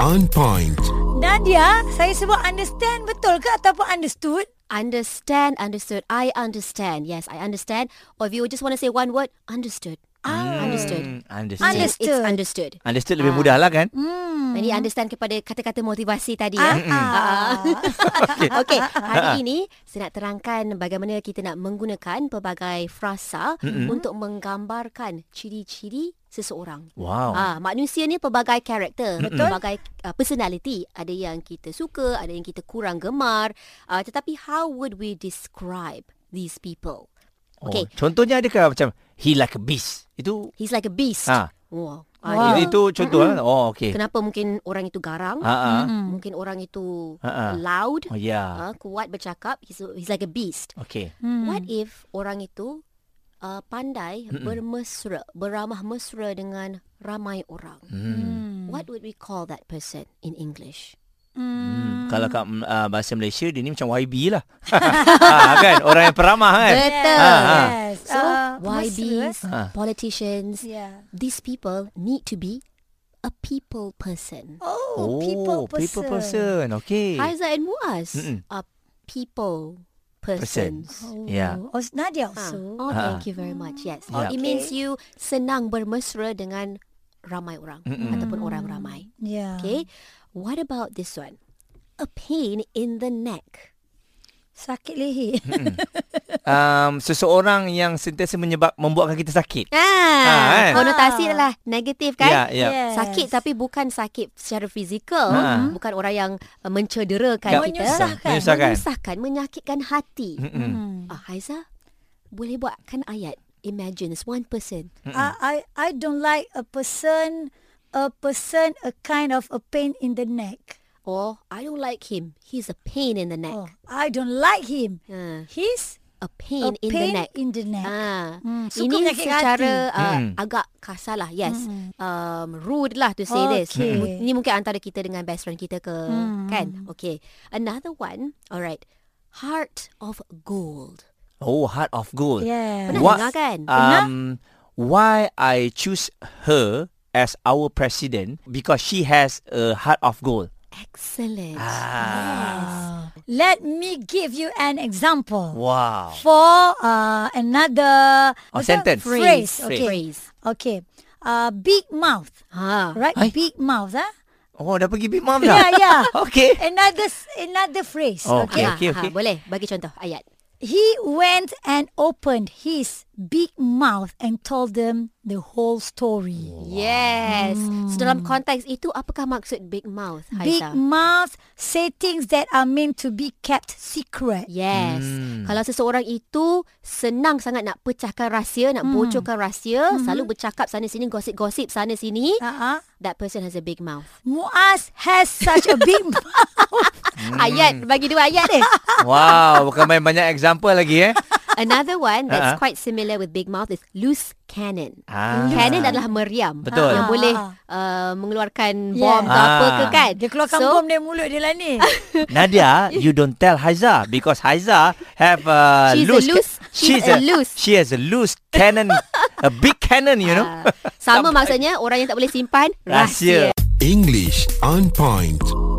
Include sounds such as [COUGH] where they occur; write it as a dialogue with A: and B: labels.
A: On point.
B: Nadia, saya sebut understand betul ke ataupun understood?
C: Understand, understood. I understand. Yes, I understand. Or if you just want to say one word, understood.
B: Ah.
C: Understood.
D: Hmm, Understood.
B: Understood.
C: It's- It's understood.
D: Understood lebih mudah lah kan?
B: Hmm.
C: Jadi understand kepada kata-kata motivasi tadi
B: Ah,
C: ya.
B: ah.
C: [LAUGHS] Okey, hari ini saya nak terangkan bagaimana kita nak menggunakan pelbagai frasa mm-hmm. untuk menggambarkan ciri-ciri seseorang.
D: Wow.
C: Ah, manusia ni pelbagai karakter,
B: Betul.
C: pelbagai uh, personality. Ada yang kita suka, ada yang kita kurang gemar. Uh, tetapi how would we describe these people?
D: Oh,
C: Okay,
D: Contohnya adakah macam he like a beast? Itu
C: he's like a beast.
D: Ah.
B: Wow.
C: Wow. Ah,
D: itu, itu contoh lah. Oh, okey.
C: Kenapa mungkin orang itu garang?
D: Ha ah.
C: Mungkin orang itu
D: Ha-ha.
C: loud,
D: Oh, ya. Hmm,
C: uh, kuat bercakap. He's, a- he's like a beast.
D: Okey.
C: What if orang itu uh, pandai bermesra, beramah mesra dengan ramai orang?
D: Mm.
C: What would we call that person in English?
D: Hmm. Kalau kat uh, bahasa Malaysia dia ni macam YB lah. [LAUGHS] ha, kan? Orang yang peramah kan?
C: Betul.
D: Ah,
B: Yes.
C: So,
B: Ah,
C: YBs,
B: mesra,
D: Ah.
C: politicians,
B: Yeah.
C: these people need to be a people person.
B: Oh, people person.
D: People person. Okey.
C: Haiza and Muaz
D: Eh. Mm-mm.
C: are people persons.
D: Persons.
B: Oh.
D: Ya.
B: Oh, Nadia
C: Ah.
B: also.
C: Oh,
D: Ah.
C: thank you very much. Yes.
D: Yeah.
C: It means you senang bermesra dengan ramai orang
D: Mm-mm.
C: ataupun orang ramai.
B: Yeah.
C: Okay. What about this one? A pain in the neck.
B: Sakit
D: [LAUGHS]
B: leher.
D: Um, seseorang yang sentiasa menyebab membuatkan kita sakit.
C: Ah,
D: kan?
C: konotasi adalah negatif kan?
D: Ya, ya.
B: Yes.
C: Sakit tapi bukan sakit secara fizikal,
D: Ha.
C: bukan orang yang uh, mencederakan
D: Kat-
C: kita.
B: Menyusahkan.
D: Ya. Menyusahkan.
C: Menyusahkan, menyakitkan hati.
D: Mm-mm.
C: Ah, Haiza, boleh buatkan ayat. Imagine it's one person.
B: I, I I don't like a person a person a kind of a pain in the neck.
C: Or I don't like him. He's a pain in the neck.
B: Oh, I don't like him.
C: Ah,
B: He's
C: a pain
B: a
C: in
B: pain
C: the neck.
B: in the neck.
C: Ah,
B: Hmm, suka
C: ini
B: menyakitkan
C: secara uh,
D: Mm.
C: agak kasar lah, yes.
B: Hmm.
C: Um, rude lah to say this.
B: Okay.
C: Mu- Ini mungkin antara kita dengan best friend kita ke,
B: Hmm.
C: kan? Okay. Another one, alright. Heart of gold.
D: Oh, heart of gold.
B: Yeah.
C: Pernah
D: What-
C: dengar kan?
D: Um, why I choose her as our president because she has a heart of gold.
C: Excellent.
D: Ah.
C: Oh.
B: Let me give you an example.
D: Wow.
B: for uh, another
D: Oh,
B: what's that?
D: sentence.
B: phrase.
D: Phrase.
B: Okay.
C: Phrase.
B: Okay. Uh, big mouth.
C: Ha.
B: Right?
D: Hai.
B: Big mouth, huh?
D: Oh, dah pergi Big
C: Ya,
D: Mom
B: Yeah,
D: dah.
B: yeah.
D: [LAUGHS]
C: [LAUGHS]
D: Okay.
B: Another s- another phrase.
D: Oh,
B: Okay.
D: okay.
C: Ah, ah, boleh bagi contoh ayat.
B: He went and opened his big mouth and told them the whole story.
D: Oh.
C: Yes. So dalam konteks itu apakah maksud big mouth?
B: Hmm. Big
C: Haiza?
B: mouth say things that are meant to be kept secret.
C: Yes. Hmm. Kalau seseorang itu senang sangat nak pecahkan rahsia, nak hmm. bocorkan rahsia, hmm. selalu bercakap sana sini gosip-gosip sana sini,
B: Uh-huh.
C: that person has a big mouth.
B: Muaz has such a [LAUGHS] big mouth.
C: Hmm. Ayat bagi dua ayat
B: [LAUGHS]
C: ni.
D: Wow, bukan main banyak example lagi eh.
C: Another one that's
D: Ah.
C: quite similar with big mouth is loose cannon.
D: Ah.
C: Cannon adalah meriam
D: Betul.
C: yang
B: Ah.
C: boleh uh,
B: Yeah.
C: mengeluarkan bom atau
D: Ah.
C: apa ke kan.
B: Dia keluarkan
C: so,
B: bom dari mulut dia lah ni.
C: [LAUGHS]
D: Nadia, you don't tell Haiza because Haiza have a
C: She's a
D: loose.
C: loose- she's a loose.
D: She has a loose cannon, a big cannon, you know.
C: uh, Ah, sama maksudnya orang yang tak boleh simpan rahsia.
D: Rahsia.
A: English on point.